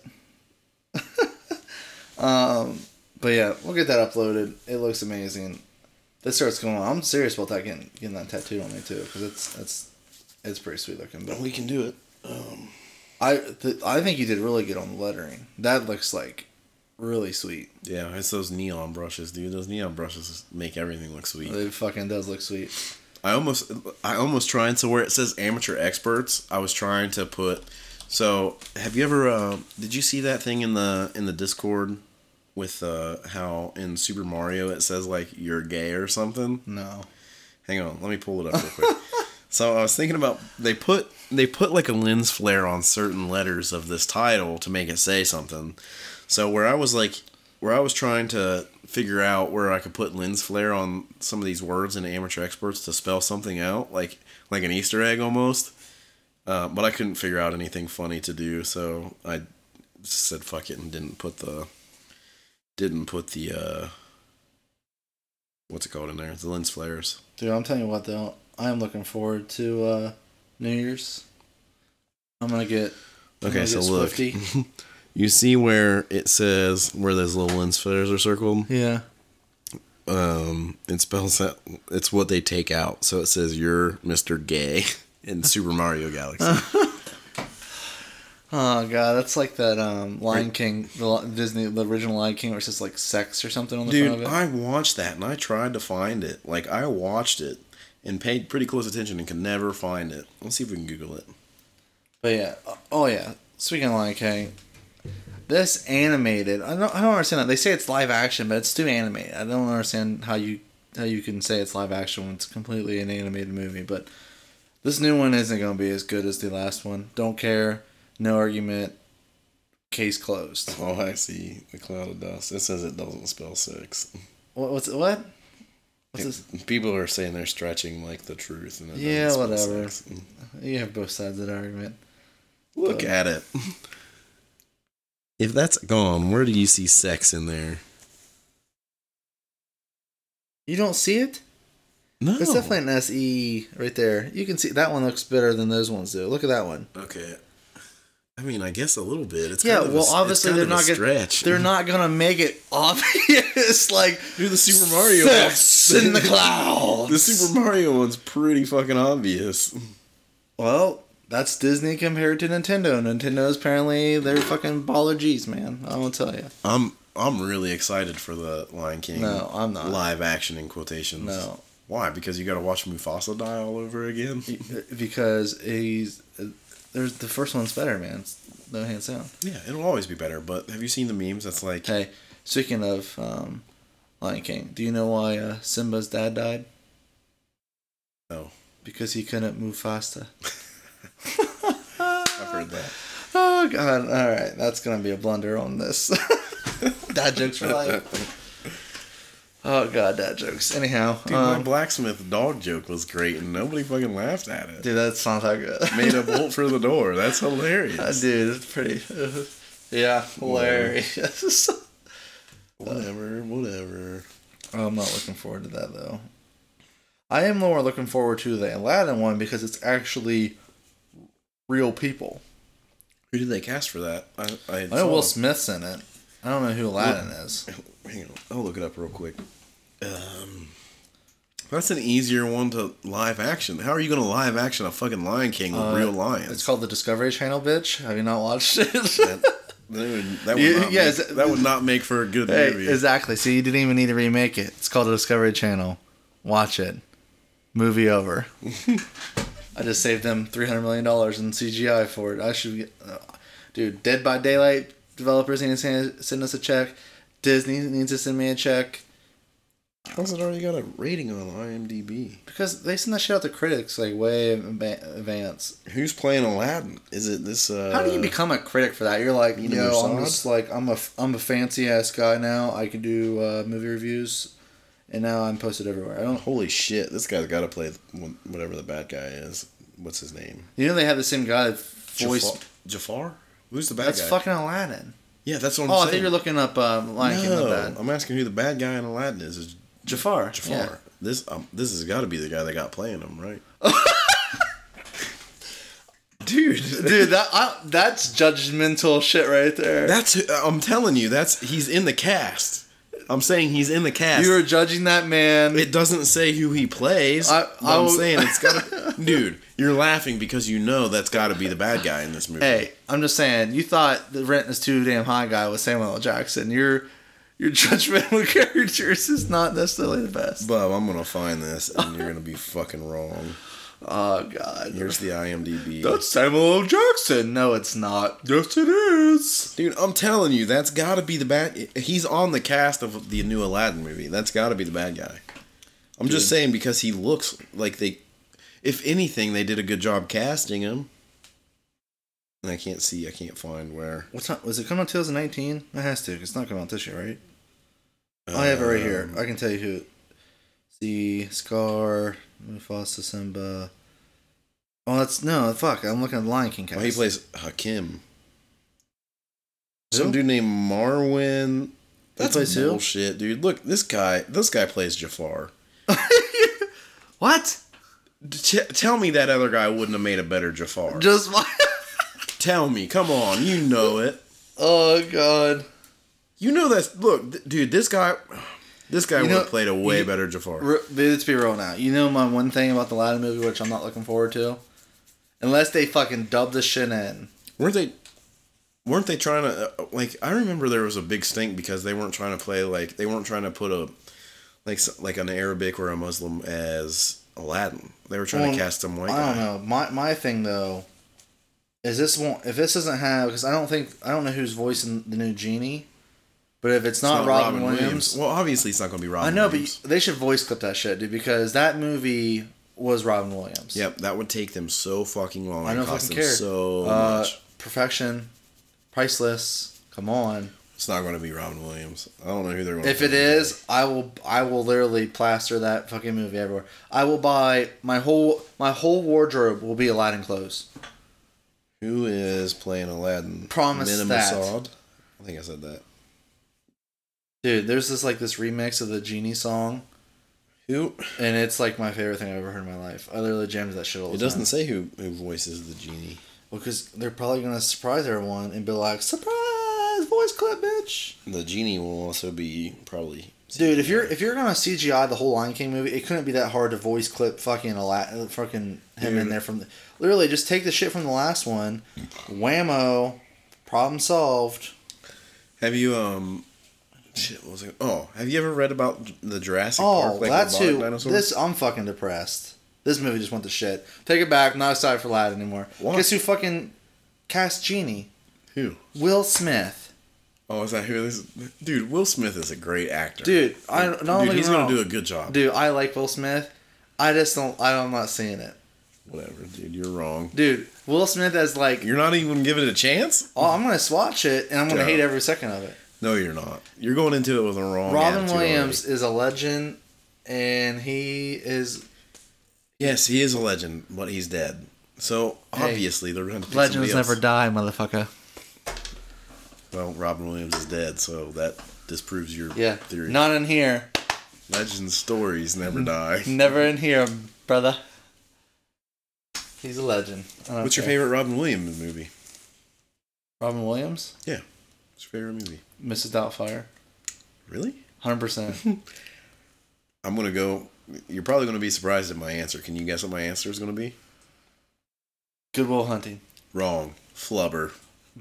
[laughs] um, but yeah, we'll get that uploaded. It looks amazing. This starts going. on. I'm serious about that getting getting that tattooed on me too, because it's it's it's pretty sweet looking. But
We can do it. Um,
I th- I think you did really good on the lettering. That looks like really sweet.
yeah, it's those neon brushes, dude. Those neon brushes make everything look sweet.
It fucking does look sweet.
I almost I almost trying to where it says amateur experts. I was trying to put. So have you ever? Uh, did you see that thing in the in the Discord with uh, how in Super Mario it says like you're gay or something?
No.
Hang on, let me pull it up real quick. so I was thinking about they put they put like a lens flare on certain letters of this title to make it say something. So where I was like where I was trying to figure out where I could put lens flare on some of these words in amateur experts to spell something out, like like an Easter egg almost. Uh, but I couldn't figure out anything funny to do, so I just said fuck it and didn't put the didn't put the uh what's it called in there? The lens flares.
Dude, I'm telling you what though, I am looking forward to uh New Year's. I'm gonna get I'm
Okay,
gonna
so
get
look. [laughs]
Swiftie.
You see where it says where those little lens flares are circled?
Yeah.
Um, it spells out. It's what they take out. So it says you're Mr. Gay [laughs] in Super Mario Galaxy.
Oh god, that's like that um Lion King, the li- Disney, the original Lion King, where it's just like sex or something on the front
[laughs] Dude,
of it.
I watched that and I tried to find it. Like I watched it and paid pretty close attention and could never find it. Let's see if we can Google it.
But yeah, oh yeah. Speaking of Lion King, this animated, I don't, I don't understand that. They say it's live action, but it's too animated. I don't understand how you how you can say it's live action when it's completely an animated movie. But this new one isn't going to be as good as the last one. Don't care. No argument. Case closed.
Oh, I see the cloud of dust. It says it doesn't spell sex.
What? What's what? What's this?
People are saying they're stretching like the truth. And it
Yeah,
doesn't spell
whatever.
sex. Mm.
You have both sides of the argument.
Look at it. [laughs] If that's gone, where do you see sex in there?
You don't see it?
No.
It's definitely an E SE right there. You can see that one looks better than those ones do. Look at that one.
okay. I mean, I guess a little bit. It's
Yeah,
kind of a-
well,
it's
obviously
kind
they're
of a
not gonna,
stretch.
they're
[laughs]
not gonna make it obvious. [laughs] like
do the Super Mario.
sex in
[laughs]
the clouds.
The Super Mario one's pretty fucking obvious.
Well, that's Disney compared to Nintendo. Nintendo's apparently they're fucking baller G's, man. I won't tell you.
I'm I'm really excited for the Lion King.
No, I'm not.
Live action in quotations.
No. e,
Why? Because you got to watch Mufasa die all over again.
because he's uh, there's the first one's better, man. No hands down.
Yeah, it'll always be better. But have you seen the memes? That's like
Hey, speaking of um, Lion King, do you know why uh, Simba's dad died?
No.
Because he couldn't move faster.
I've heard that.
Oh god! All right, that's gonna be a blunder on this.
[laughs]
dad jokes for life. Oh god, dad jokes. Anyhow,
Dude, my
um,
blacksmith dog joke was great, and nobody fucking laughed at it.
dude, that's not that good.
Made a bolt for the door.
[laughs]
That's
Uh, [laughs]
hilarious.
dude, it's pretty. yeah, hilarious. [laughs]
Whatever, whatever.
I'm not looking forward to that though. I am more looking forward to the Aladdin one because it's actually real people.
Who did they cast for that? I, I,
I know Will Smith's in it. I don't know who Aladdin is.
Hang on, I'll look it up real quick. Um, that's an easier one to live action. How are you going to live action a fucking Lion King with real
Uh, It's
lions?
called the Discovery Channel, bitch. Have you not watched it?
that, that would, that would
Yeah,
not
yeah,
make,
is it-
that would not make for a good
hey,
movie.
exactly. See, you didn't even need to remake it. It's called the Discovery Channel. Watch it. Movie [laughs] over. I just saved them three hundred million dollars in CGI for it. I should, get, uh, dude. Dead by Daylight developers need to send, send us a check. Disney needs to send me a check
How's it already got a rating on IMDb?
because they send that shit out to critics like way in adva- advance.
Who's playing Aladdin? Is it this? Uh,
How do you become a critic for that? You're like, you
Mina
know, I'm
Musad?
just like I'm a f- I'm a fancy ass guy now. I can do uh, movie reviews, and now I'm posted everywhere. I don't.
Holy shit! This guy's got to play th- whatever the bad guy is. What's his name?
You know they have the same guy that voiced.
Jafar. Jafar? Who's the bad
That's
guy?
fucking Aladdin.
yeah, that's what I'm
Oh, I
saying.
think you're looking up um, Lion King with
no, [laughs]
that.
I'm asking who the bad guy in Aladdin is. Is
Jafar.
Jafar.
yeah.
This um, this has got to be the guy that got playing him, right? [laughs] Dude,
Dude, that I, that's judgmental shit right there.
that's who- I'm telling you. That's he's in the cast. I'm saying he's in the cast.
you were judging that man.
it doesn't say who he plays.
I-
I,
I
am
will-
saying it's [laughs] got. to Dude, you're laughing because you know that's got to be the bad guy in this movie.
hey, I'm just saying, you thought the rent is too damn high guy with Samuel L. Jackson. Your your [laughs] judgmental characters is not necessarily the best.
Bob, I'm gonna find this, and you're gonna be fucking wrong.
Oh god.
Here's the IMDb.
that's Samuel L. Jackson. No, it's not. Yes, it is.
Dude, I'm telling you, that's got to be the bad. He's on the cast of the new Aladdin movie. That's got to be the bad guy. I'm just saying because he looks like they. If anything, they did a good job casting him. And I can't see. I can't find where.
What's not? Was it coming out 2019? It has to. 'cause It's not coming out this year, right? I have it right here.
um,
I can tell you who. See, Scar, Mufasa, Simba. Oh, that's no fuck. I'm looking at the Lion King cast.
Well, he plays Hakim.
Who?
Some dude named Marwin. That's
plays who?
bullshit, dude. Look, this guy. This guy plays Jafar.
what?
T- tell me that other guy wouldn't have made a better Jafar.
Just
tell me. Come on, you know it.
[laughs] oh god.
You know that's look, th- dude. This guy, this guy
You
would
know-
have played a way
you-
better Jafar.
R- let's be real now. You know my one thing about the Aladdin movie, which I'm not looking forward to, unless they fucking dub the shit in.
weren't they? Weren't they trying to uh, like? I remember there was a big stink because they weren't trying to play like they weren't trying to put a like s- like an Arabic or a Muslim as Aladdin. They were trying
Well,
to cast some white
I
guy.
don't know. My my thing though is this won't if this doesn't have because I don't think I don't know who's voicing the new genie, but if it's,
It's
not, Robin, Williams
Well, obviously it's not going to be Robin.
I know,
Williams.
but they should voice clip that shit, dude, because that movie was Robin Williams.
yep, that would take them so fucking long.
I
I
don't
don't cost
fucking
them
care.
so
Uh,
much.
Perfection, priceless. Come on.
It's not going to be Robin Williams. I don't know who they're going.
If it is, I will. I will literally plaster that fucking movie everywhere. I will buy my whole my whole wardrobe will be Aladdin clothes.
Who is playing Aladdin?
Promise
Mina
that.
Massoud? I think I said that.
Dude, there's this like this remix of the genie song,
Who?
and it's like my favorite thing I've ever heard in my life. I literally jammed that shit all the
It
time.
doesn't say who who voices the genie.
because they're probably gonna surprise everyone and be like, "Surprise! Voice clip, bitch!"
The genie will also be probably.
Dude, if you're if you're gonna CGI the whole Lion King movie, it couldn't be that hard to voice clip fucking a la- fucking him in
Dude.
there from the, literally just take the shit from the last one, whammo, problem solved.
Have you um, shit, what was it? Oh, have you ever read about the Jurassic
Oh,
Park? like,
that's
robotic
who.
dinosaurs?
This I'm fucking depressed. This movie just went to shit. Take it back. Not excited for Lion anymore.
What?
Guess who fucking cast Genie?
Who?
Will Smith.
Oh, is that who this? Dude, Will Smith is a great actor.
Dude, I not
Dude,
only
he's
wrong,
gonna do a good job.
Dude, I like Will Smith. I just don't. I, I'm not seeing it.
Whatever, dude, you're wrong.
Dude, Will Smith as like,
You're not even giving it a chance.
oh, I'm gonna swatch it and I'm gonna
Yeah.
hate every second of it.
No, you're not. You're going into it with a wrong.
Robin
attitude
Williams
already.
is a legend, and he is
Yes, he is a legend, but he's dead. So obviously they're going to pick
legends
somebody
never
else.
die, motherfucker.
Well, Robin Williams is dead, so that disproves your
Yeah,
theory.
not in here,
Legend stories never die.
never in here, brother. He's a legend. I don't
What's your
care.
favorite Robin Williams movie?
Robin Williams,
Yeah, what's your favorite movie?
Mrs. Doubtfire,
Really?
hundred
[laughs]
percent.
I'm gonna go. You're probably gonna be surprised at my answer. Can you guess what my answer is gonna be?
Goodwill Hunting.
Wrong. Flubber.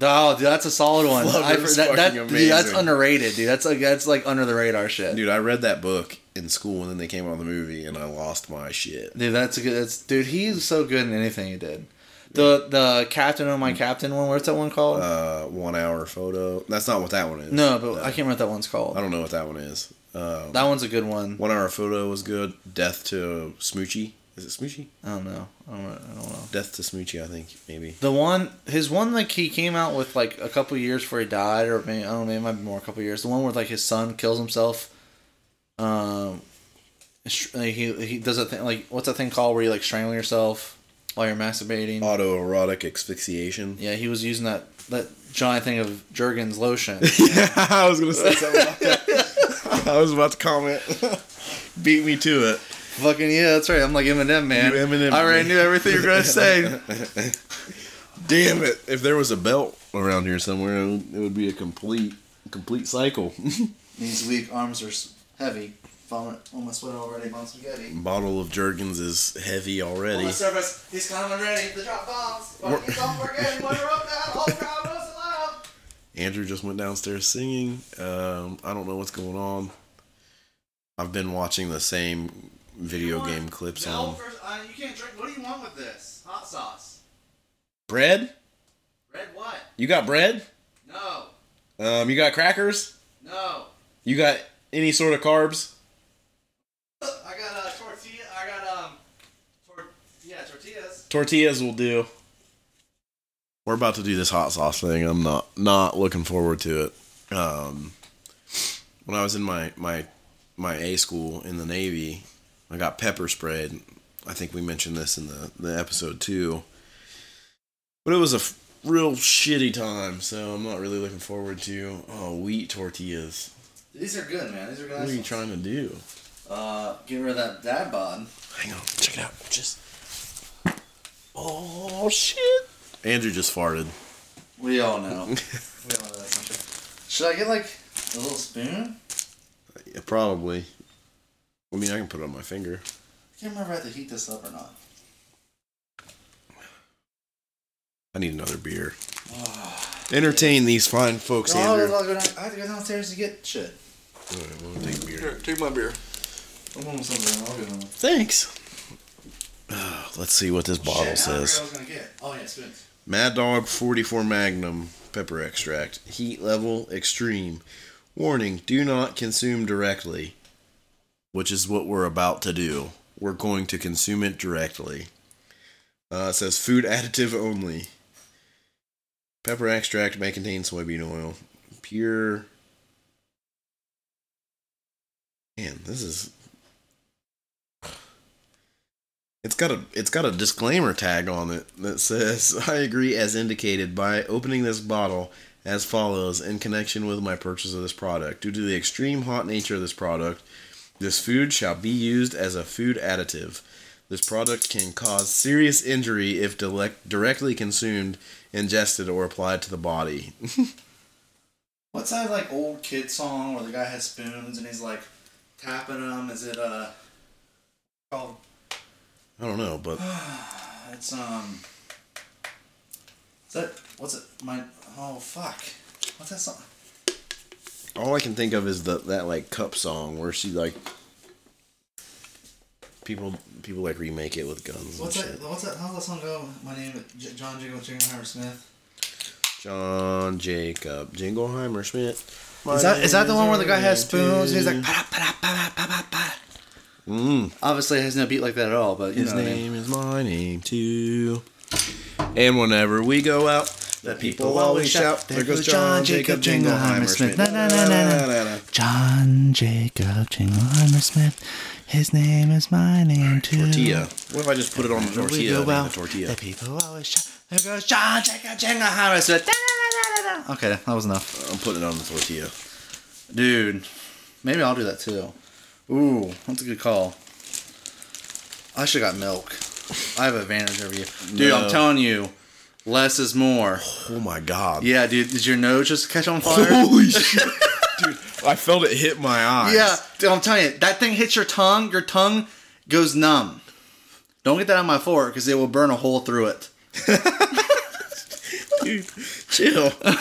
Oh, dude, that's a solid one.
Flubber's
I, that, that,
fucking
dude, that's
amazing.
underrated, dude. That's like that's like under the radar shit.
Dude, I read that book in school, and then they came out with the movie, and I lost my shit.
Dude, that's a good. That's dude. He's so good in anything he did. The the Captain Oh My Captain one. What's that one called?
Uh, one hour photo. That's not what that one is.
no, but I can't remember what that one's
I
called.
don't know what that one is. Um,
That one's a good one.
one hour photo was good. Death to Smoochie. Is it Smoochie?
I don't know. I don't, I don't know.
Death to Smoochie, I think maybe.
The one, his one, like he came out with like a couple years before he died, or maybe I don't know, maybe it might be more a couple years. The one where like his son kills himself. Um, str- like, he he does that thing like what's that thing called where you like strangle yourself while you're masturbating.
Autoerotic asphyxiation.
Yeah, he was using that that giant thing of Jergens
[laughs]
lotion.
[laughs] Yeah, I was gonna say something about that. [laughs] I was about to comment. Beat me to it.
Fucking yeah, that's right. I'm like Eminem, man.
You Eminem
I already
me.
knew everything you were
[laughs]
gonna say.
Damn it! If there was a belt around here somewhere, it would, it would be a complete complete cycle. [laughs]
These weak arms are heavy. Vomit on my sweat already. Bomb spaghetti.
Bottle of Jergens is heavy already.
service. He's coming ready to drop bombs.
Fucking We're-
[laughs] working. When you're up now, whole crowd knows loud.
Andrew just went downstairs singing. Um, I don't know what's going on. I've been watching the same video game clips on
uh, you can't drink. What do you want with this? Hot sauce.
bread.
Red what?
You got bread.
No.
Um, you got crackers.
No.
You got any sort of carbs.
I got a tortilla. I got um. yeah, tortillas.
Tortillas will do. We're about to do this hot sauce thing. I'm not not looking forward to it. Um, when I was in my my my A school in the Navy, I got pepper sprayed. I think we mentioned this in the the episode too. But it was a f- real shitty time, so I'm not really looking forward to oh wheat tortillas.
These are good, man. These are good.
What are you
assholes.
trying to do?
Uh, get rid of that dad bod.
Hang on, check it out. Just oh shit. Andrew just [laughs] farted.
We all know.
Mm-hmm.
we all know that's not true. Should I get like a little spoon?
Yeah, probably. I mean, I can put it on my finger.
I can't remember if I had to heat this up or not.
I need
[sighs]
another beer. Entertain these fine folks,
No,
Andrew.
I'll go down, I have to go downstairs to get shit.
All right, well, take beer.
take my beer. I'm almost over there. I'll get
Thanks. [sighs] Ah, let's see what this bottle says.
was gonna get. Oh yeah, spoons.
Mad Dog 44 Magnum Pepper Extract. Heat level extreme. Warning do not consume directly, which is what we're about to do. We're going to consume it directly. Uh, it says food additive only. Pepper extract may contain soybean oil. Pure. Man, this is. It's got a it's got a disclaimer tag on it that says [laughs] I agree as indicated by opening this bottle as follows in connection with my purchase of this product. Due to the extreme hot nature of this product, this food shall be used as a food additive. This product can cause serious injury if dilec- directly consumed, ingested, or applied to the body. [laughs]
What's that like old kid song where the guy has spoons and he's like tapping them? Is it uh called?
I don't know, but
It's um. Is that what's it? My oh fuck! What's that song?
all I can think of is the that like cup song where she like people people like remake it with guns
What's
and
that?
shit.
What's that? How's that song go? My name is J- John Jacob Jingleheimer Smith.
John Jacob Jingleheimer Schmidt.
Is that is that the one where the guy has spoons and he's like pa pa pa pa pa pa?
Mm.
Obviously, it has no beat like that at all. But you
His
know what I mean.
name is my name too. And whenever we go out, the people always shout. There goes John Jacob Jingleheimer Schmidt.
Na, na, na, na,
Na-na-na-na-na.
John Jacob Jingleheimer Smith. His name is my name too.
Tortilla. What if I just put it on the tortilla? and the tortilla.
people always shout. There goes John Jacob Jingleheimer Smith. Okay, that was enough.
I'm putting it on the tortilla.
Dude, maybe I'll do that too. Ooh, that's a good call. I should got milk. I have advantage over you, dude.
No.
I'm telling you, less is more.
Oh my god.
Yeah, dude. Did your nose just catch on [laughs] fire?
[laughs] Holy shit, dude! I felt it hit my eyes.
yeah, dude, I'm telling you, that thing hits your tongue. Your tongue goes numb. Don't get that on my fork because it will burn a hole through it.
dude. Chill. [laughs]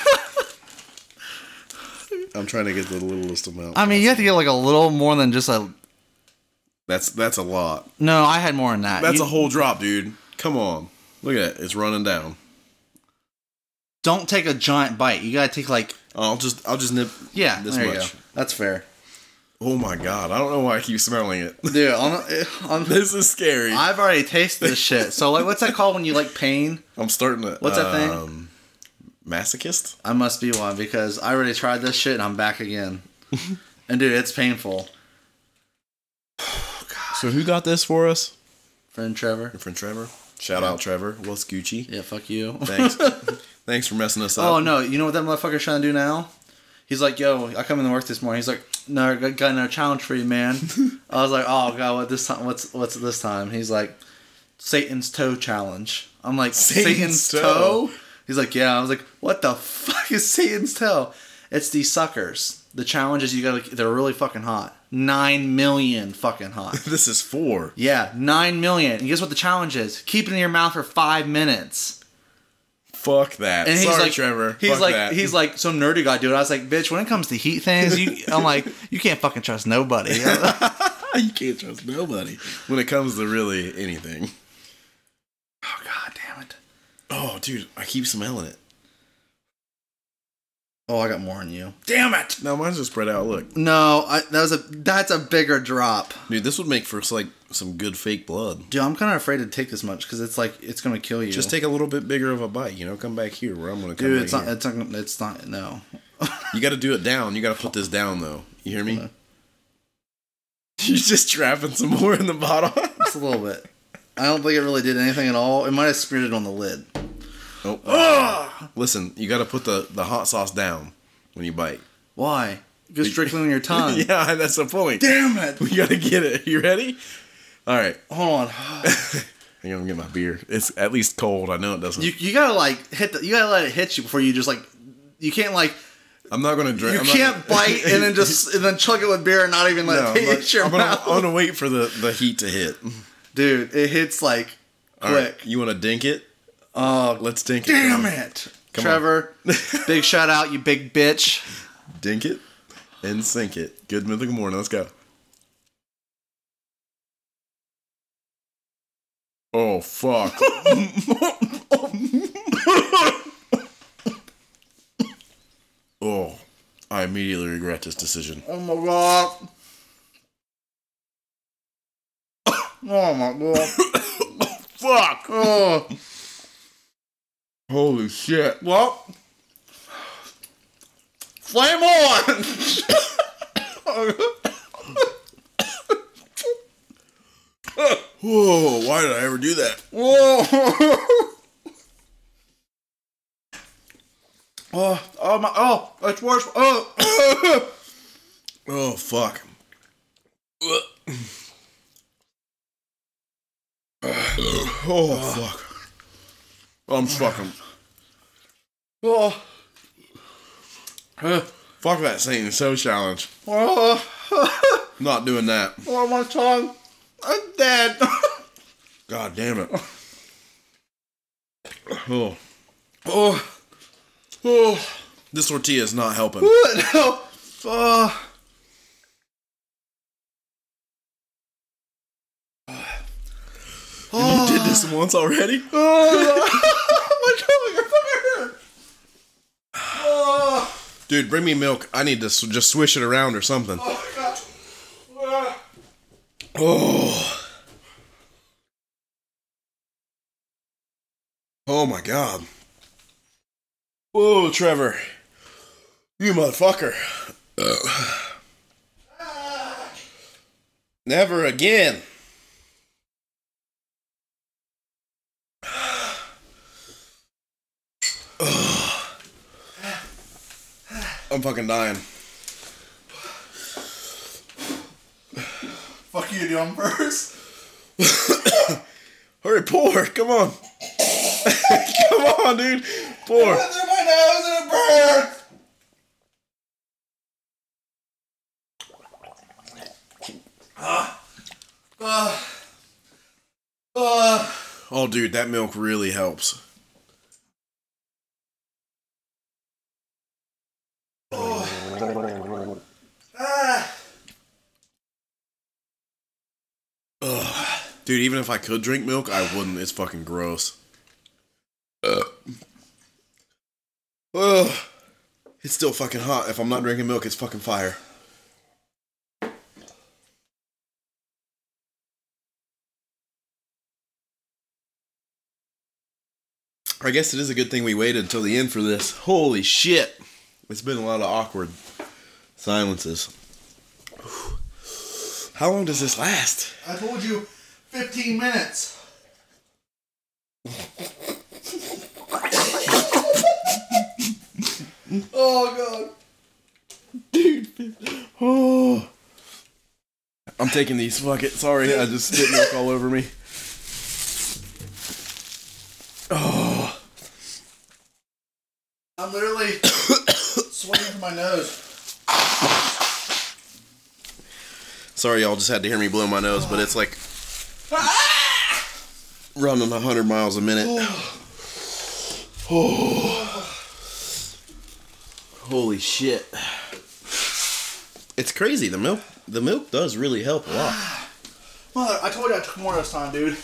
I'm trying to get the littlest amount.
I mean, you have to get like a little more than just a.
that's that's a lot.
No, I had more than that.
That's
You-
a whole drop, dude. Come on, look at it. It's running down.
Don't take a giant bite. You gotta take like
I'll just I'll just nip.
yeah,
this
there you
much.
go. That's fair,
Oh my god! I don't know why I keep smelling it. [laughs]
dude. I'm, [laughs] I'm,
this is scary. I,
I've already tasted this shit. So like, what's that called when you like pain?
am starting to.
What's that thing?
Um, masochist.
I must be one because I already tried this shit and I'm back
[laughs]
again. and dude, it's painful.
So who got this for us?
Friend Trevor.
Your friend Trevor. Shout out Trevor. What's Gucci?
Yeah, fuck you. [laughs]
Thanks. Thanks for messing us up.
oh no, you know what that motherfucker's trying to do now? He's like, yo, I come in to work this morning. He's like, no, I got got another challenge for you, [laughs] man. I was like, oh god, what this time? What's what's this time? He's like, Satan's toe challenge. I'm like,
Satan's
Satan's,
toe?
toe? He's like, yeah. I was like, what the fuck is Satan's toe? It's these suckers. The challenge is you gotta. They're really fucking hot. Nine million fucking [laughs] hot.
This is four.
yeah, nine million. And guess what the challenge is? Keep it in your mouth for five minutes.
Fuck that.
And he's
Sorry,
like,
Trevor.
He's
Fuck
like,
that.
he's like, some nerdy guy, dude. I was like, bitch. When it comes to heat things, [laughs] you, I'm like, you can't fucking trust [laughs] nobody.
you can't trust nobody when it comes to really anything.
Oh god damn it.
Oh, dude, I keep smelling it.
Oh, I got more on you.
Damn it! No, mine's just spread out. Look,
No, I, that was a that's a bigger drop,
dude, this would make for like some good fake blood.
dude. I'm kind of afraid to take this much because it's like it's gonna kill you.
Just take a little bit bigger of a bite, you know. Come back here where I'm gonna come.
dude.
right
It's not,
here.
it's not. It's not. No.
You got to do it down. You got to put this down, though. You hear
Uh-huh.
[laughs] me? You're just trapping some more in the bottle. [laughs]
Just a little bit. I don't think it really did anything at all. It might have spritted on the lid.
oh, Listen, you got to put the the hot sauce down when you bite.
Why? Go strictly [laughs] on your tongue.
[laughs] yeah, that's the point.
Damn it!
[laughs] We got to get it. You ready? All right.
Hold on.
I'm gonna get my beer. It's at least cold. I know it doesn't.
[sighs] You you gotta like hit the. You gotta let it hit you before you just like. You can't like
I'm not gonna drink.
You
I'm not
can't
gonna-
bite and
[laughs]
then just and then chug it with beer and not even let
No,
it
I'm,
hit
not-
your
I'm gonna,
mouth.
I'm gonna wait for the, the heat to hit.
Dude, it hits like
All right,
quick.
You want to dink it?
Oh
Uh, Let's dink it.
damn it.
Come [laughs]
Trevor, big shout out, you big bitch.
Dink it and sink it. Good mythical morning. Let's go. Oh [laughs] fuck! oh, I immediately regret this decision.
Oh my god. [coughs] Oh my god.
Fuck!
Oh.
Holy shit!
Well, flame on! [laughs]
Whoa! Why did I ever do that?
Whoa. [laughs] Oh, oh my! Oh, it's worse. Oh,
Oh fuck. Oh, fuck. I'm fucking.
Oh. Uh,
Fuck that Satan So challenge.
Oh,
Not doing that.
oh, my tongue.
I'm dead. God damn it. Oh.
[laughs] Oh,
Oh. This tortilla is not helping.
what? No. Oh. [laughs]
You did this once already? Oh.
my tongue hurt.
Dude, bring me milk. I need to s- just swish it around or something. Oh. Oh my god. Whoa, Trevor. You motherfucker. Never again. I'm fucking dying.
Fuck you, dude. I'm first.
Hurry, pour. Come on. [laughs] Come on, dude. Pour.
through my nose and it burns. Ah. Ah. Ah.
Oh, dude, that milk really helps.
Ah.
Dude, even if I could drink milk, I wouldn't. It's fucking gross. Ugh. It's still fucking hot. If I'm not drinking milk, it's fucking fire. I guess it is a good thing we waited until the end for this. Holy shit. It's been a lot of awkward silences. Whew. How long does this last? [sighs]
I told you 15 minutes. oh, God.
Oh. I'm taking these. Fuck it. Sorry, I just spit milk all over me. Oh.
I'm literally sweating from my nose.
Sorry, y'all just had to hear me blow my nose, but it's like running 100 miles a minute. [sighs] Oh. Holy shit. It's crazy. The milk the milk does really help a lot.
Mother, I told you I took more this time, dude.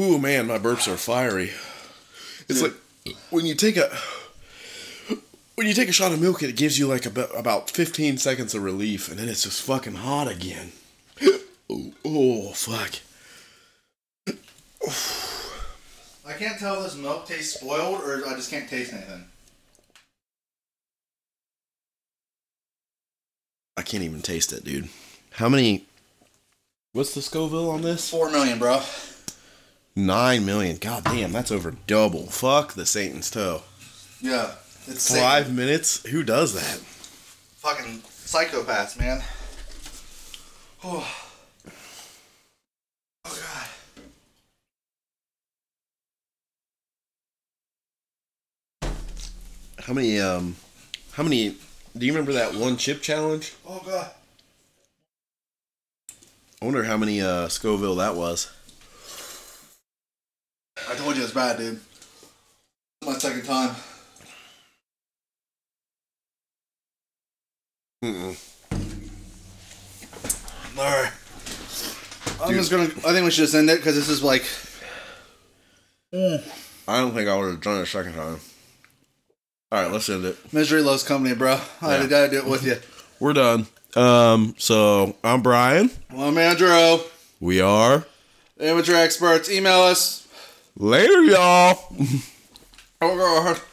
Ooh man, my burps are fiery. It's like when you take a when you take a shot of milk, it gives you like about about 15 seconds of relief, and then it's just fucking hot again. [gasps] oh, oh, fuck.
I can't tell if this milk tastes spoiled or I just can't taste anything.
I can't even taste it, dude. How many? What's the Scoville on this?
Four million, bro.
Nine million. God damn, that's over double. Fuck the Satan's toe.
Yeah. It's sick.
Five minutes? Who does that?
fucking psychopaths, man. Oh. Oh god.
How many? Um, how many? Do you remember that one chip challenge?
Oh god.
I wonder how many uh, Scoville that was.
I told you it's bad, dude. My second time.
Mm-mm.
Alright. I'm just gonna. I think we should just end it because this is like.
I don't think I would have done it a second time. All right, let's end it.
Misery loves company, bro. I
Yeah.
gotta do it with you.
We're done. Um, so I'm Brian.
Well, I'm Andrew.
We are
Amateur experts. Email us.
later, y'all.
Oh god.